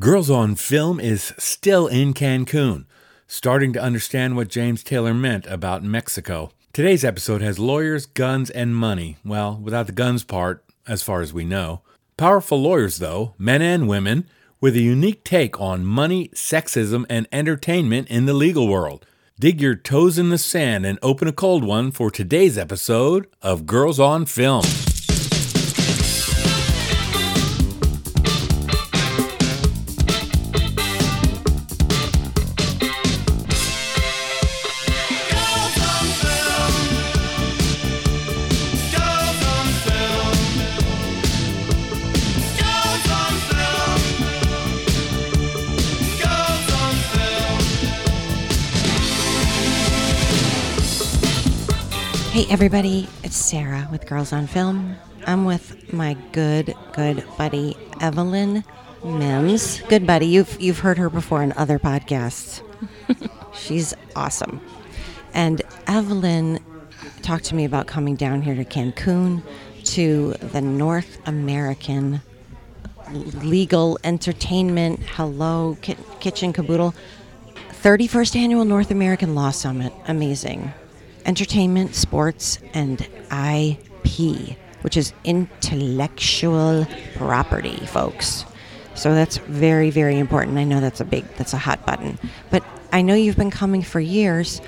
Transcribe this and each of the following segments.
Girls on Film is still in Cancun, starting to understand what James Taylor meant about Mexico. Today's episode has lawyers, guns, and money. Well, without the guns part, as far as we know. Powerful lawyers, though, men and women, with a unique take on money, sexism, and entertainment in the legal world. Dig your toes in the sand and open a cold one for today's episode of Girls on Film. Hey, everybody, it's Sarah with Girls on Film. I'm with my good, good buddy, Evelyn Mims. Good buddy. You've, you've heard her before in other podcasts. She's awesome. And Evelyn talked to me about coming down here to Cancun to the North American legal entertainment, hello, ki- kitchen caboodle. 31st annual North American Law Summit. Amazing. Entertainment, sports, and IP, which is intellectual property, folks. So that's very, very important. I know that's a big, that's a hot button. But I know you've been coming for years.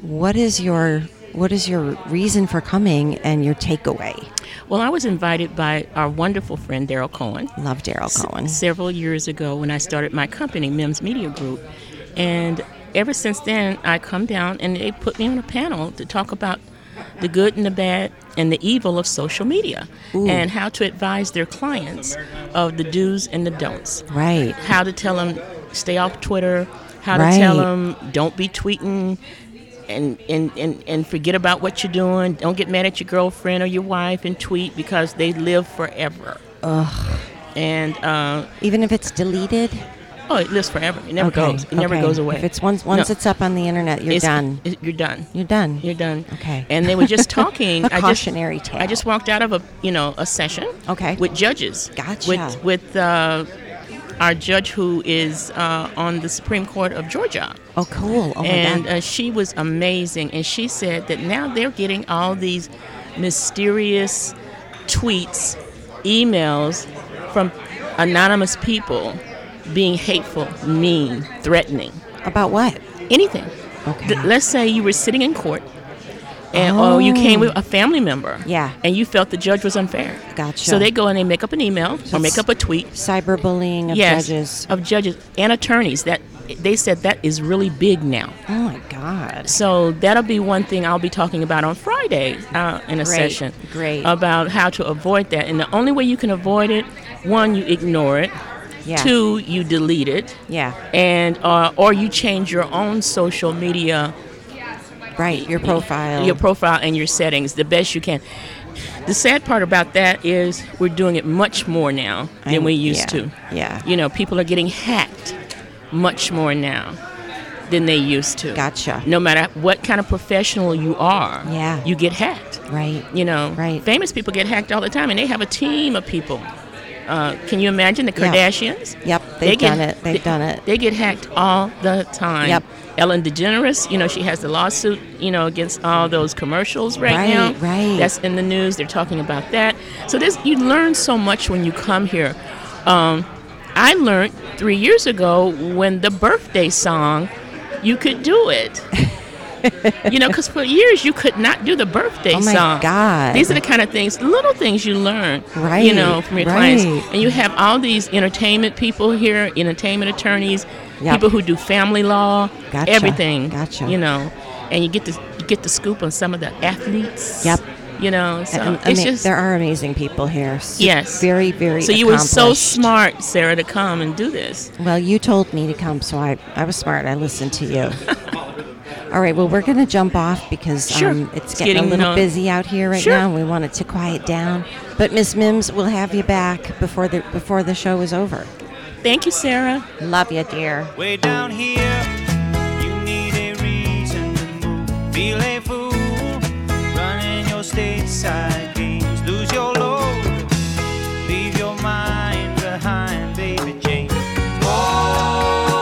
What is your, what is your reason for coming and your takeaway? Well, I was invited by our wonderful friend Daryl Cohen Love Daryl Cohen. several years ago when I started my company, Mims Media Group. And ever since then, I come down and they put me on a panel to talk about the good and the bad and the evil of social media and how to advise their clients of the do's and the don'ts. Right. How to tell them stay off Twitter, how to tell Right. them don't be tweeting, and, and, and, and forget about what you're doing. Don't get mad at your girlfriend or your wife and tweet because they live forever. Ugh. And uh, Even if it's deleted, oh, it lives forever. It never Okay, goes. It never okay. goes away. If it's once once No, it's up on the internet, you're it's- done. it- you're done. You're done. You're done. Okay. And they were just talking. A I just- cautionary tale. I just walked out of a you know a session. Okay. With judges. Gotcha. With with uh, our judge who is uh, on the Supreme Court of Georgia. oh, cool. Oh and my god. uh, she was amazing. And she said that now they're getting all these mysterious tweets, emails from anonymous people being hateful, mean, threatening, About what? anything. Okay. Th- let's say you were sitting in court. And, or you came with a family member, Oh. Yeah. and you felt the judge was unfair. Gotcha. So they go and they make up an email or it's- make up a tweet, Cyberbullying of yes, judges. of judges and attorneys. That they said that is really big now. Oh my god. So that'll be one thing I'll be talking about on Friday uh, in a Great, session. great. About how to avoid that. And the only way you can avoid it, one, you ignore it. Yeah. Two, you delete it. Yeah. And uh, or you change your own social media, Right. Your profile. your profile and your settings the best you can. The sad part about that is we're doing it much more now than I'm- we used yeah, to. yeah. You know, people are getting hacked much more now than they used to gotcha. no matter what kind of professional you are, Yeah. you get hacked. Right. You know, Right. famous people get hacked all the time, and they have a team of people. Uh, can you imagine the Yeah. Kardashians? Yep, they've done it. They've they- done it. They get hacked all the time. Yep. Ellen DeGeneres, you know, she has the lawsuit, you know, against all those commercials right, Right, now. right. That's in the news. They're talking about that. So this, you learn so much when you come here. Um, I learned three years ago when the birthday song, you could do it. you know, because for years you could not do the birthday Oh my song. God. These are the kind of things, little things you learn, Right, you know, from your right. clients. And you have all these entertainment people here, entertainment attorneys, Yep. people who do family law, Gotcha, everything. gotcha. You know, and you get to you get the scoop on some of the athletes. Yep. You know, so Am- it's ama- just there are amazing people here. S- yes, Very, very. So you were so accomplished. smart, Sarah, to come and do this. Well, you told me to come, so I, I was smart. I listened to you. All right, well, we're going to jump off because Sure. um, it's It's getting, a getting, little uh, busy out here right Sure. now, and we want it to quiet down. But Miss Mims, we'll have you back before the before the show is over. Thank you, Sarah. Love you, dear. Way down here, you need a reason to move. Feel a fool running your stateside games. Lose your load, leave your mind behind, baby Jane. Oh,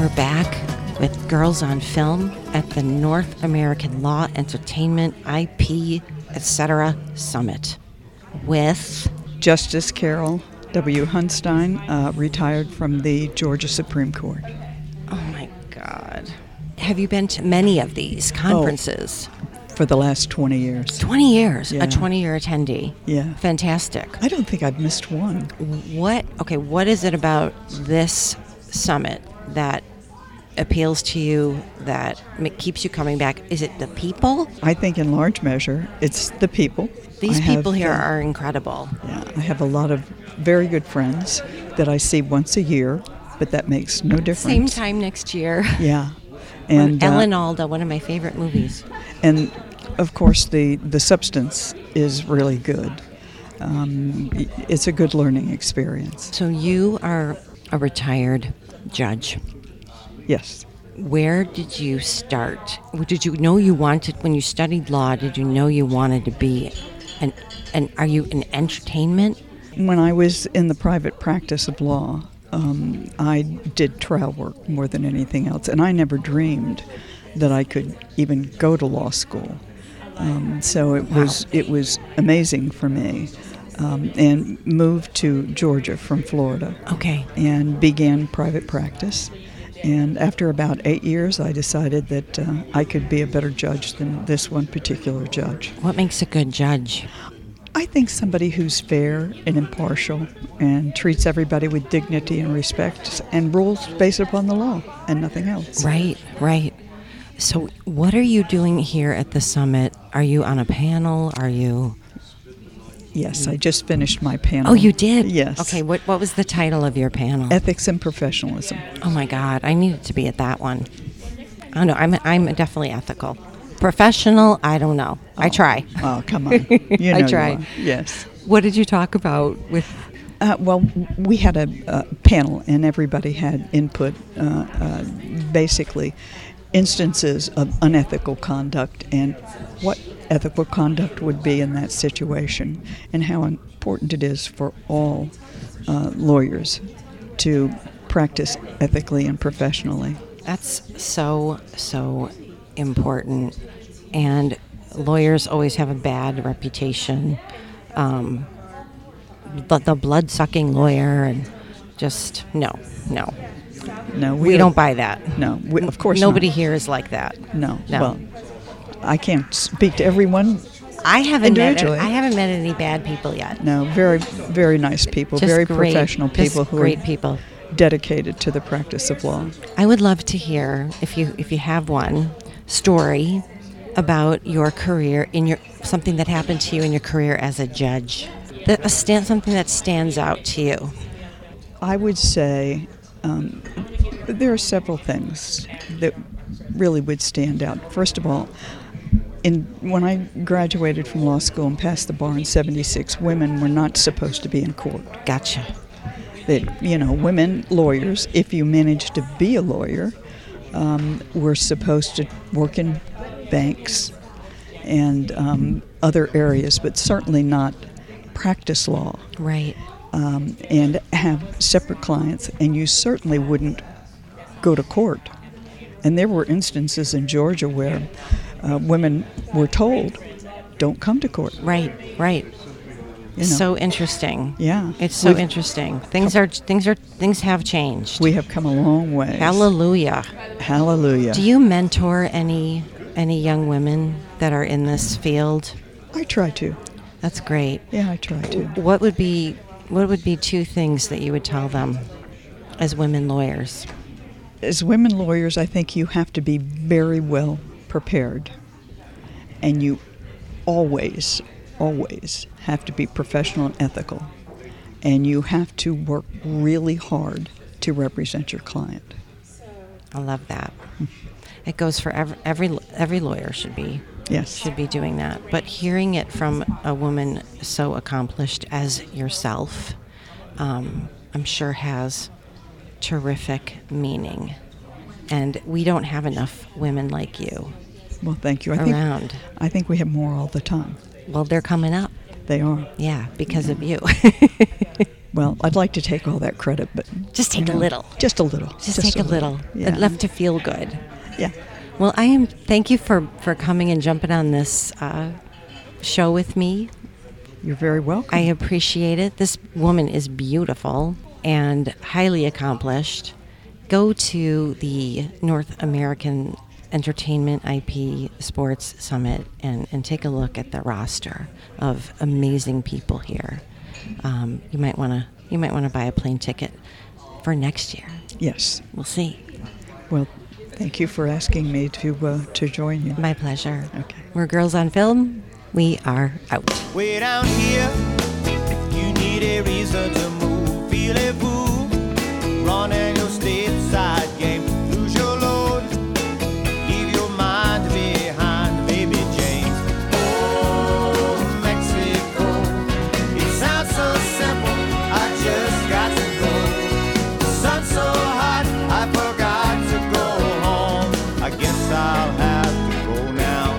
We're back with Girls on Film at the North American Law Entertainment IP etc. Summit with Justice Carol W. Hunstein, uh, retired from the Georgia Supreme Court. oh my god. Have you been to many of these Oh. conferences? for the last 20 years. 20 years, Yeah. a 20 year attendee. Yeah. Fantastic. I don't think I've missed one. What okay, what is it about this summit that appeals to you that ma- keeps you coming back? Is it the people? I think in large measure it's the people. These I have, people here uh, are incredible. Yeah, I have a lot of very good friends that I see once a year, but that makes no difference. Same time next year. Yeah. And uh, Ellen Alda, one of my favorite movies. and of course the the substance is really good. Um, it's a good learning experience. So you are a retired judge. Yes. Where did you start? Did you know you wanted when you studied law? Did you know you wanted to be an and are you in entertainment? When I was in the private practice of law, um, I did trial work more than anything else, and I never dreamed that I could even go to law school. Um, so it was it was amazing for me, um, and moved to Georgia from Florida. Okay. and began private practice. And after about eight years, I decided that uh, I could be a better judge than this one particular judge. What makes a good judge? I think somebody who's fair and impartial and treats everybody with dignity and respect and rules based upon the law and nothing else. Right, right. So what are you doing here at the summit? Are you on a panel? Are you Yes, I just finished my panel. Oh, you did. Yes. Okay, what what was the title of your panel? Ethics and professionalism. Oh my God, I needed to be at that one. I don't know. I'm I'm definitely ethical, professional. I don't know. I try. Oh, come on. You I know you tried. are. Yes. What did you talk about with? Uh, well, we had a, uh panel, and everybody had input. Uh, uh, basically, instances of unethical conduct and what ethical conduct would be in that situation, and how important it is for all uh, lawyers to practice ethically and professionally. That's so so important, and lawyers always have a bad reputation. Um, the, the blood sucking lawyer and just no, no, No, we are- don't buy that. No, we, of course not. nobody here is like that. No. no. Well, I can't speak to everyone. I haven't met Individually. I haven't met any bad people yet. No, very, very nice people, Just very great- professional people just who great are people. dedicated to the practice of law. I would love to hear if you if you have one story about your career in your something that happened to you in your career as a judge. That a stand, something that stands out to you. I would say um, there are several things that really would stand out. First of all, in when I graduated from law school and passed the bar in '76, women were not supposed to be in court. Gotcha. That you know, women lawyers, if you managed to be a lawyer, um, were supposed to work in banks and um, other areas, but certainly not practice law Right. um, and have separate clients, and you certainly wouldn't go to court. And there were instances in Georgia where uh, women were told, "Don't come to court." Right. Right. You know? So interesting. yeah, It's so We've- interesting. Things are things are things have changed. We have come a long way. Hallelujah. Hallelujah! Do you mentor any any young women that are in this field? I try to. That's great. Yeah, I try to. What would be what would be two things that you would tell them as women lawyers? as women lawyers, I think you have to be very well prepared. And you always, always have to be professional and ethical. And you have to work really hard to represent your client. I love that. It goes for every every, every lawyer should be Yes. should be doing that. But hearing it from a woman so accomplished as yourself, um, I'm sure has terrific meaning. And we don't have enough women like you Well, thank you. I think, around. I think we have more all the time. Well, they're coming up. They are. Yeah, because of you. Well, I'd like to take all that credit, but Just take a you little. Just a little. Just, take a little. Yeah. Enough to feel good. Yeah. Well, I am. Thank you for for coming and jumping on this uh, show with me. You're very welcome. I appreciate it. This woman is beautiful and highly accomplished. Go to the North American Entertainment IP Sports Summit and, and take a look at the roster of amazing people here. Um, you might want to you might want to buy a plane ticket for next year. yes. We'll see. Well, thank you for asking me to uh, to join you. My pleasure. Okay. We're girls on film. We are out. Way down here, you need a reason to move. Feel a fool, running your stateside game. Lose your load, leave your mind behind, baby James. Oh, Mexico, it sounds so simple. I just got to go. The sun's so hot, I forgot to go home. I guess I'll have to go now.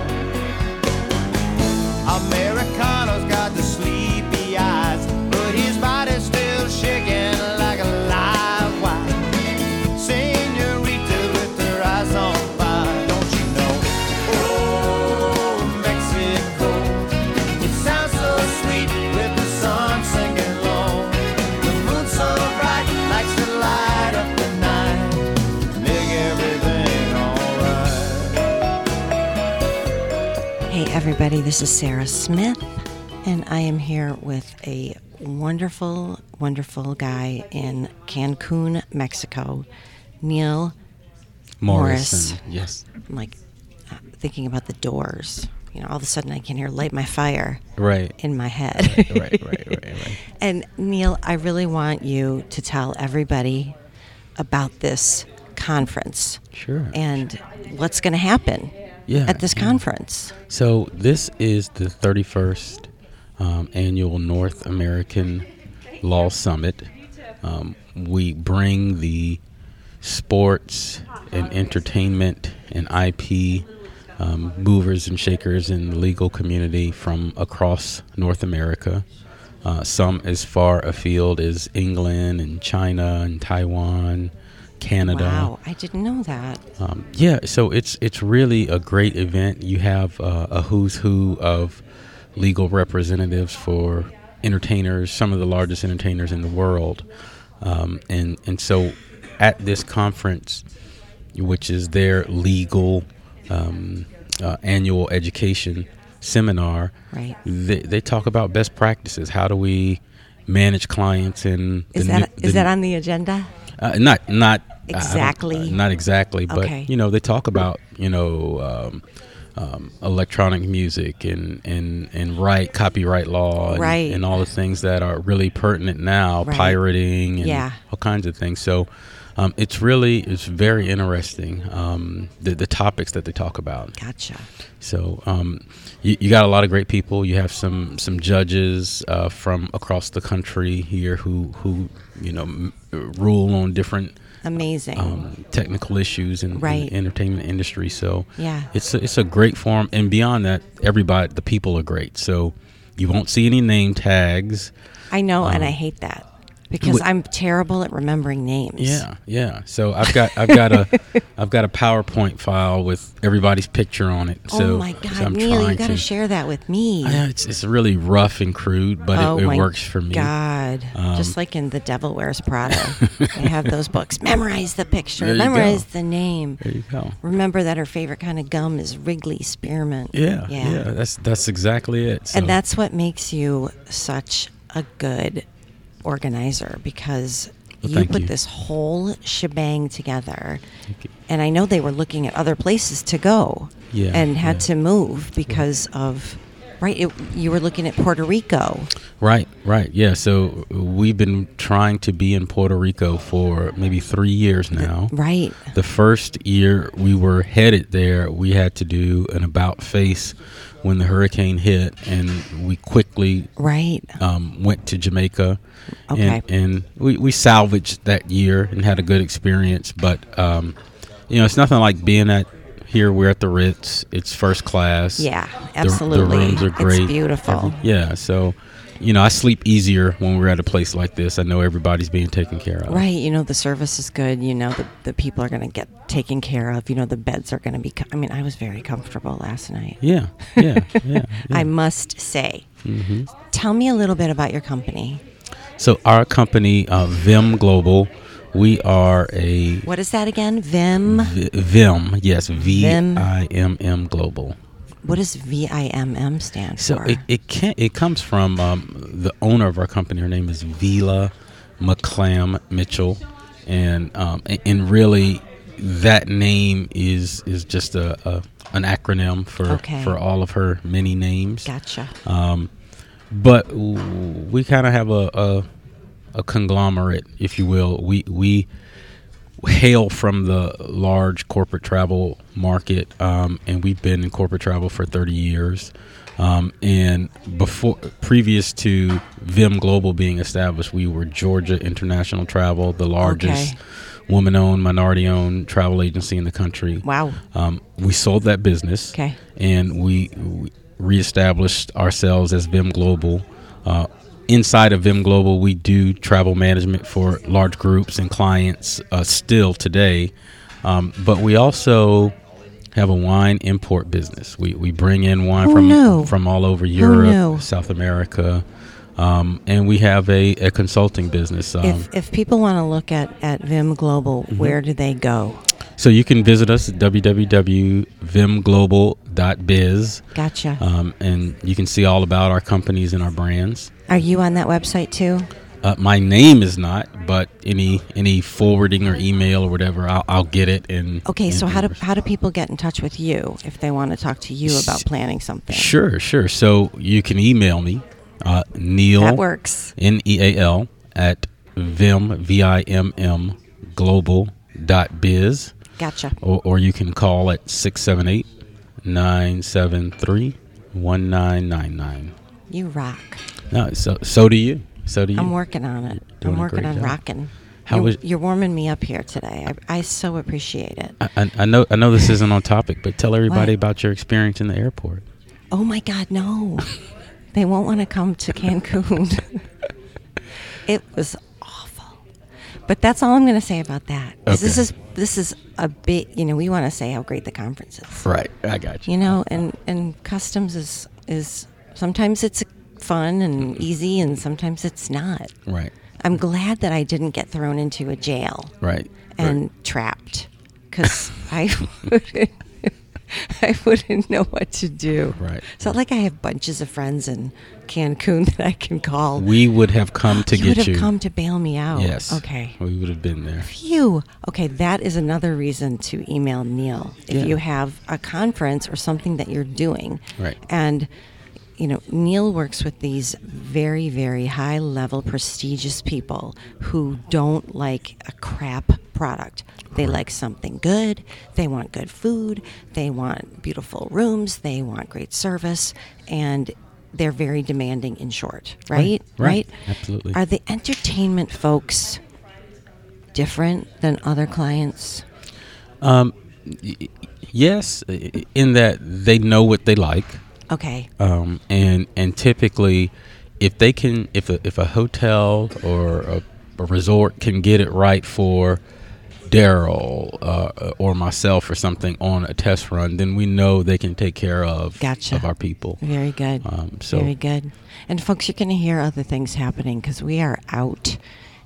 Americano's got the sleepy eyes, but his body's still shaking like a live wire. Senorita with her eyes on fire, don't you know? Oh, Mexico, it sounds so sweet with the sun sinking low. The moon so bright likes to light up the night, make everything alright. Hey, everybody, this is Sarah Smith, and I am here with a wonderful, wonderful guy in Cancun, Mexico, Neil. Morrison. Yes. I'm like uh, thinking about the doors. You know, all of a sudden I can hear Light My Fire Right. in my head. right. Right. Right. Right. And Neil, I really want you to tell everybody about this conference Sure. and what's going to happen Yeah, at this yeah. conference. So this is the 31st um, annual North American Law Summit. Um, we bring the sports and entertainment and IP um, movers and shakers in the legal community from across North America. Uh, some as far afield as England and China and Taiwan, Canada. Wow, I didn't know that. Um, yeah, so it's it's really a great event. You have uh, a who's who of legal representatives for entertainers, some of the largest entertainers in the world, um, and and so at this conference, which is their legal um, uh, annual education seminar, Right. They, they talk about best practices. How do we manage clients and Is the that new- is the- that on the agenda? uh, not not I don't- Exactly. uh, not exactly, but Okay. you know they talk about you know um, um, electronic music and and and right copyright law and, Right. and all the things that are really pertinent now, Right. pirating and Yeah. all kinds of things. So. Um, it's really it's very interesting um, the, the topics that they talk about Gotcha. so um, you, you got a lot of great people. You have some some judges uh, from across the country here who who you know m- rule on different Amazing. um, technical issues in, in Right. the entertainment industry. So Yeah. it's a, it's a great forum, and beyond that, everybody the people are great. So you won't see any name tags. I know, and I hate that because um, Wh- I'm terrible at remembering names. Yeah, yeah. So I've got I've got a I've got a PowerPoint file with everybody's picture on it. Oh so my so God, I'm Neil, you trying got to. to share that with me. Yeah, it's, it's really rough and crude, but oh it, my it works for me. Um, God, just like in The Devil Wears Prada, I have those books. Memorize the picture. There you go. Memorize the name. There you go. Remember that her favorite kind of gum is Wrigley spearmint. Yeah, yeah, that's that's exactly it. So, And that's what makes you such a good organizer because Well, you thank put you. this whole shebang together. you. And I know they were looking at other places to go Yeah, and had yeah. to move because of, right? It, you were looking at Puerto Rico. right, right, yeah. So uh, we've been trying to be in Puerto Rico for maybe three years now. Right. The first year we were headed there, we had to do an about face when the hurricane hit, and we quickly Right. um, went to Jamaica, Okay. and, and we, we salvaged that year and had a good experience. But um, you know, it's nothing like being at here. We're at the Ritz; it's first class. Yeah, The- absolutely. The, rooms are It's great. beautiful. Every- yeah, so you know, I sleep easier when we're at a place like this. I know everybody's being taken care of. Right, you know the service is good. You know the, the people are going to get taken care of. You know the beds are going to be. Co- I mean, I was very comfortable last night. Yeah. Yeah. Yeah. yeah. Mm-hmm. I must say. Tell me a little bit about your company. so our company, uh, Vim Global, we are a What is that again? Vim. V- Vim. Yes. V I M M Global. What does V I M M stand Mm-hmm. So for? it, it can it comes from um, the owner of our company. Her name is Vila McClam Mitchell, and um, a- and really that name is is just a, a an acronym for Okay. for all of her many names. gotcha. Uh, But w- we kind of have a, a a conglomerate, if you will. We we hail from the large corporate travel market, um, and we've been in corporate travel for 30 years. Um, and before, previous to Vim Global being established, we were Georgia International Travel, the largest Okay. woman-owned, minority-owned travel agency in the country. Wow. Um, we sold that business. Okay. And we, we reestablished ourselves as Vim Global. Uh, inside of Vim Global, we do travel management for large groups and clients uh, still today. Um, but we also have a wine import business. We, we bring in wine Who from knew? from all Oh, over Europe, knew? South America. Um, and we have a, a consulting business. Um, if if people want to look at at Vim Global, Mm-hmm. where do they go? so you can visit us at www.vimglobal.biz. Gotcha. um, and you can see all about our companies and our brands. Are you on that website too? Uh, my name is not, but any any forwarding or email or whatever, I'll, I'll get it. And Okay, and- so how do and- how do people get in touch with you if they want to talk to you about planning something? Sure, sure. So you can email me, uh, Neil. That works. N e a l at vim v i m m global dot biz, Gotcha. or, or you can call at 678 973 1999. You rock. No, so so do you. So do you. I'm working on it. doing I'm a working great on job. rocking. How you're, was- you're warming me up here today. I, I so appreciate it. I- I, I know I know this isn't on topic, but tell everybody What? about your experience in the airport. Oh my God, no. they won't want to come to Cancun. it was awful. But that's all I'm going to say about that. 'Cause This Okay. is this is a bit, you know, we want to say how great the conference is. Right, I got You know, and and customs is is sometimes it's fun Mm-hmm. and easy and sometimes it's not. Right, I'm glad that I didn't get thrown into a jail right, and trapped because I wouldn't, I wouldn't know what to do. Right. It's not like I have bunches of friends in Cancun that I can call. we would have come to you get would have you. come to bail me out. yes. Okay. We would have been there. Phew. Okay, that is another reason to email Neil if you have a conference or something that you're doing. Right. And you know, Neil works with these very, very high level, prestigious people who don't like a crap product. They like something good. They want good food. They want beautiful rooms. They want great service. And they're very demanding, in short, right? right. Absolutely. Are the entertainment folks different than other clients? Yes, i- i- in that they know what they like, Okay. um, and and typically, if they can, if a, if a hotel or a, a resort can get it right for Daryl uh, or myself or something on a test run, then we know they can take care of Gotcha. of our people. Very good. Um, so- Very good. And folks, you're going to hear other things happening because we are out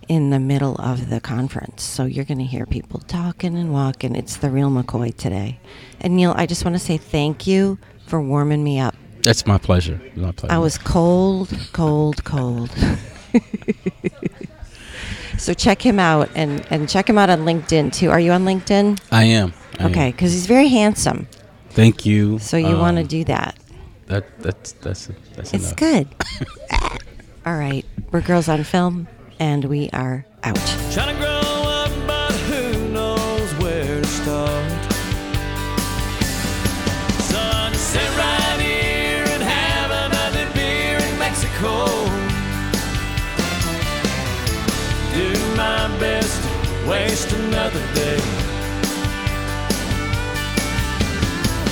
in the middle of the conference. So you're going to hear people talking and walking. It's the real McCoy today. And Neil, I just want to say thank you for warming me up. That's my pleasure. My pleasure. I was cold, cold, cold. so check him out and, and check him out on LinkedIn too. Are you on LinkedIn? I am. I am. Okay, because he's very handsome. Thank you. So you Um, want to do that. that? That's that's that's It's enough. good. All right. We're Girls on Film, and we are out. Trying to grow up, but who knows where to start? So I just sit right here and have another beer in Mexico. Do my best, to waste another day.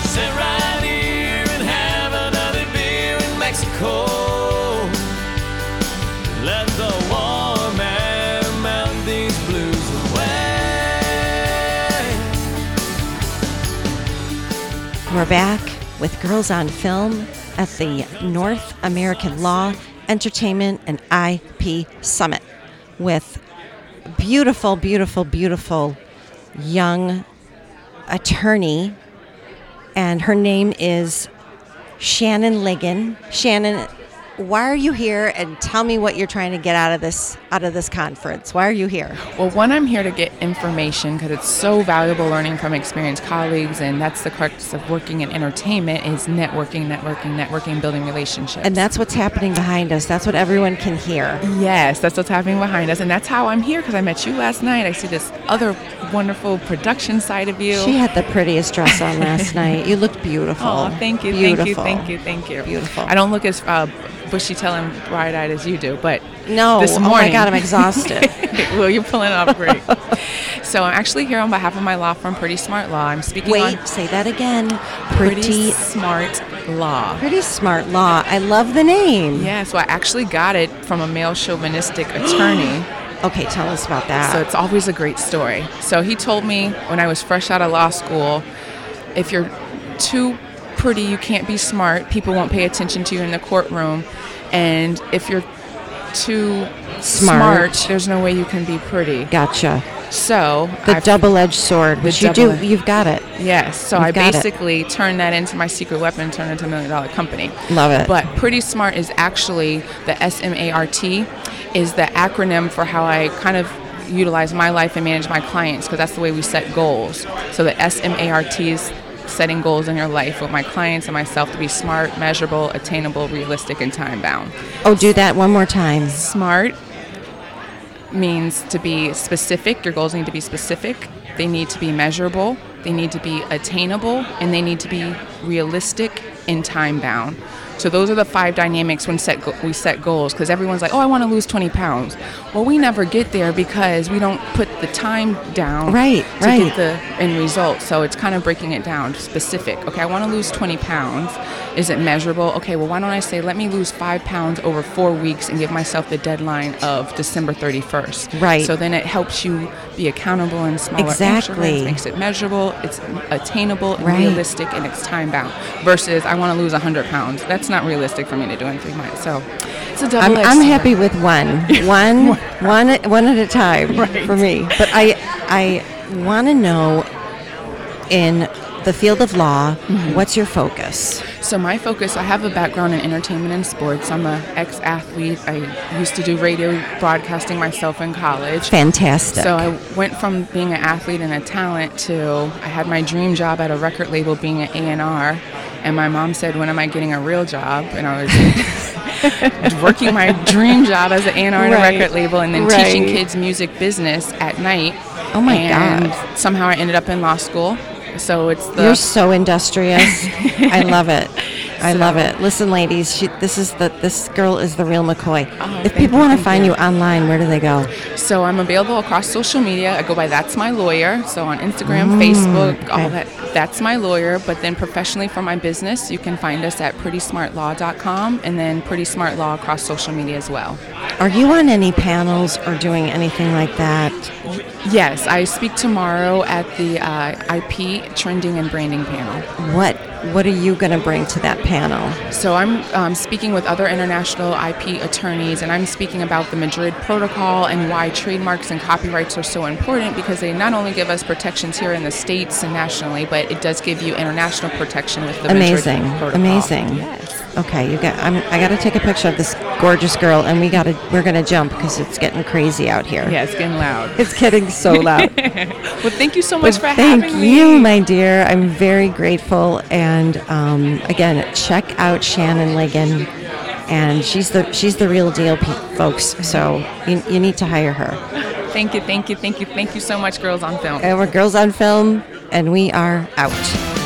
Sit right here and have another beer in Mexico. We're back with Girls on Film at the North American Law, Entertainment, and IP Summit with beautiful, beautiful, beautiful young attorney. And her name is Shannon Ligon. Shannon, why are you here? And tell me what you're trying to get out of this out of this conference. Why are you here? Well, one, I'm here to get information because it's so valuable learning from experienced colleagues, and that's the crux of working in entertainment is networking, networking, networking, building relationships. And that's what's happening behind us. That's what everyone can hear. yes, that's what's happening behind us, and that's how I'm here because I met you last night. I see this other wonderful production side of you. She had the prettiest dress on last night. You looked beautiful. Oh, thank you, beautiful. thank you, thank you, thank you. Beautiful. I don't look as uh, bushy tail and bright eyed as you do, but No, this oh morning. my God, I'm exhausted. well, you're pulling it off great. so I'm actually here on behalf of my law firm, Pretty Smart Law. I'm speaking on Wait, say that again. Pretty, Smart Law. pretty smart law. I love the name. Yeah, so I actually got it from a male chauvinistic attorney. Okay, tell us about that. So it's always a great story. So he told me when I was fresh out of law school, if you're too pretty, you can't be smart. People won't pay attention to you in the courtroom. And if you're too Smart. smart, there's no way you can be pretty. gotcha. So The I've- double-edged sword, which you do. double- You've got it. Yes, so You've I got it. basically turned that into my secret weapon, turned into a million dollar company. Love it. But Pretty Smart is actually the S M A R T, is the acronym for how I kind of utilize my life and manage my clients because that's the way we set goals. So the S M A R T is setting goals in your life with my clients and myself to be smart, measurable, attainable, realistic, and time bound. Oh, do that one more time. Smart means to be specific. Your goals need to be specific. They need to be measurable. They need to be attainable, and they need to be realistic and time bound. So those are the five dynamics when set go- we set goals because everyone's like, "Oh, I want to lose 20 pounds." Well, we never get there because we don't put the time down Right, to right. get the end result. So it's kind of breaking it down specific. Okay, I want to lose 20 pounds. Is it measurable? Okay, well, why don't I say, let me lose five pounds over four weeks and give myself the deadline of December 31st? Right. So then it helps you be accountable in smaller Exactly. increments, makes it measurable, it's attainable, and Right. realistic, and it's time bound. Versus, I want to lose 100 pounds. That's not realistic for me to do in three months. So it's a I'm, double I'm happy with one, one, one, one at a time for me. But I, I want to know, in the field of law, Mm-hmm. what's your focus? So my focus, I have a background in entertainment and sports. I'm a ex-athlete. I used to do radio broadcasting myself in college. Fantastic. So I went from being an athlete and a talent to I had my dream job at a record label being an A&R and my mom said when am I getting a real job and I was working my dream job as an A&R at Right. a record label and then teaching Right. kids music business at night. Oh my and God. somehow I ended up in law school. So it's the You're so industrious. I love it. I love it. Listen, ladies, she, this is the this girl is the real McCoy. if Oh, thank people you, want to thank find you you. online, where do they go? So I'm available across social media. I go by That's My Lawyer. So on Instagram, Facebook, all okay. that. That's My Lawyer. But then professionally for my business, you can find us at prettysmartlaw.com and then Pretty Smart Law across social media as well. Are you on any panels or doing anything like that? Yes, I speak tomorrow at the uh, IP Trending and Branding panel. What What are you going to bring to that panel? So I'm um, speaking with other international IP attorneys, and I'm speaking about the Madrid Protocol and why trademarks and copyrights are so important because they not only give us protections here in the states and nationally, but it does give you international protection with the amazing, Madrid Protocol. amazing. Okay, you got. I'm, I got to take a picture of this gorgeous girl, and we got to. We're going to jump because it's getting crazy out here. Yeah, it's getting loud. It's getting so loud. Well, thank you so much for Well, having thank me. you, my dear. I'm very grateful. And um, again, check out Shannon Ligon, and she's the she's the real deal, pe- folks. So you, you need to hire her. Thank you, thank you, thank you, thank you so much, girls on film. And we're girls on film, and we are out.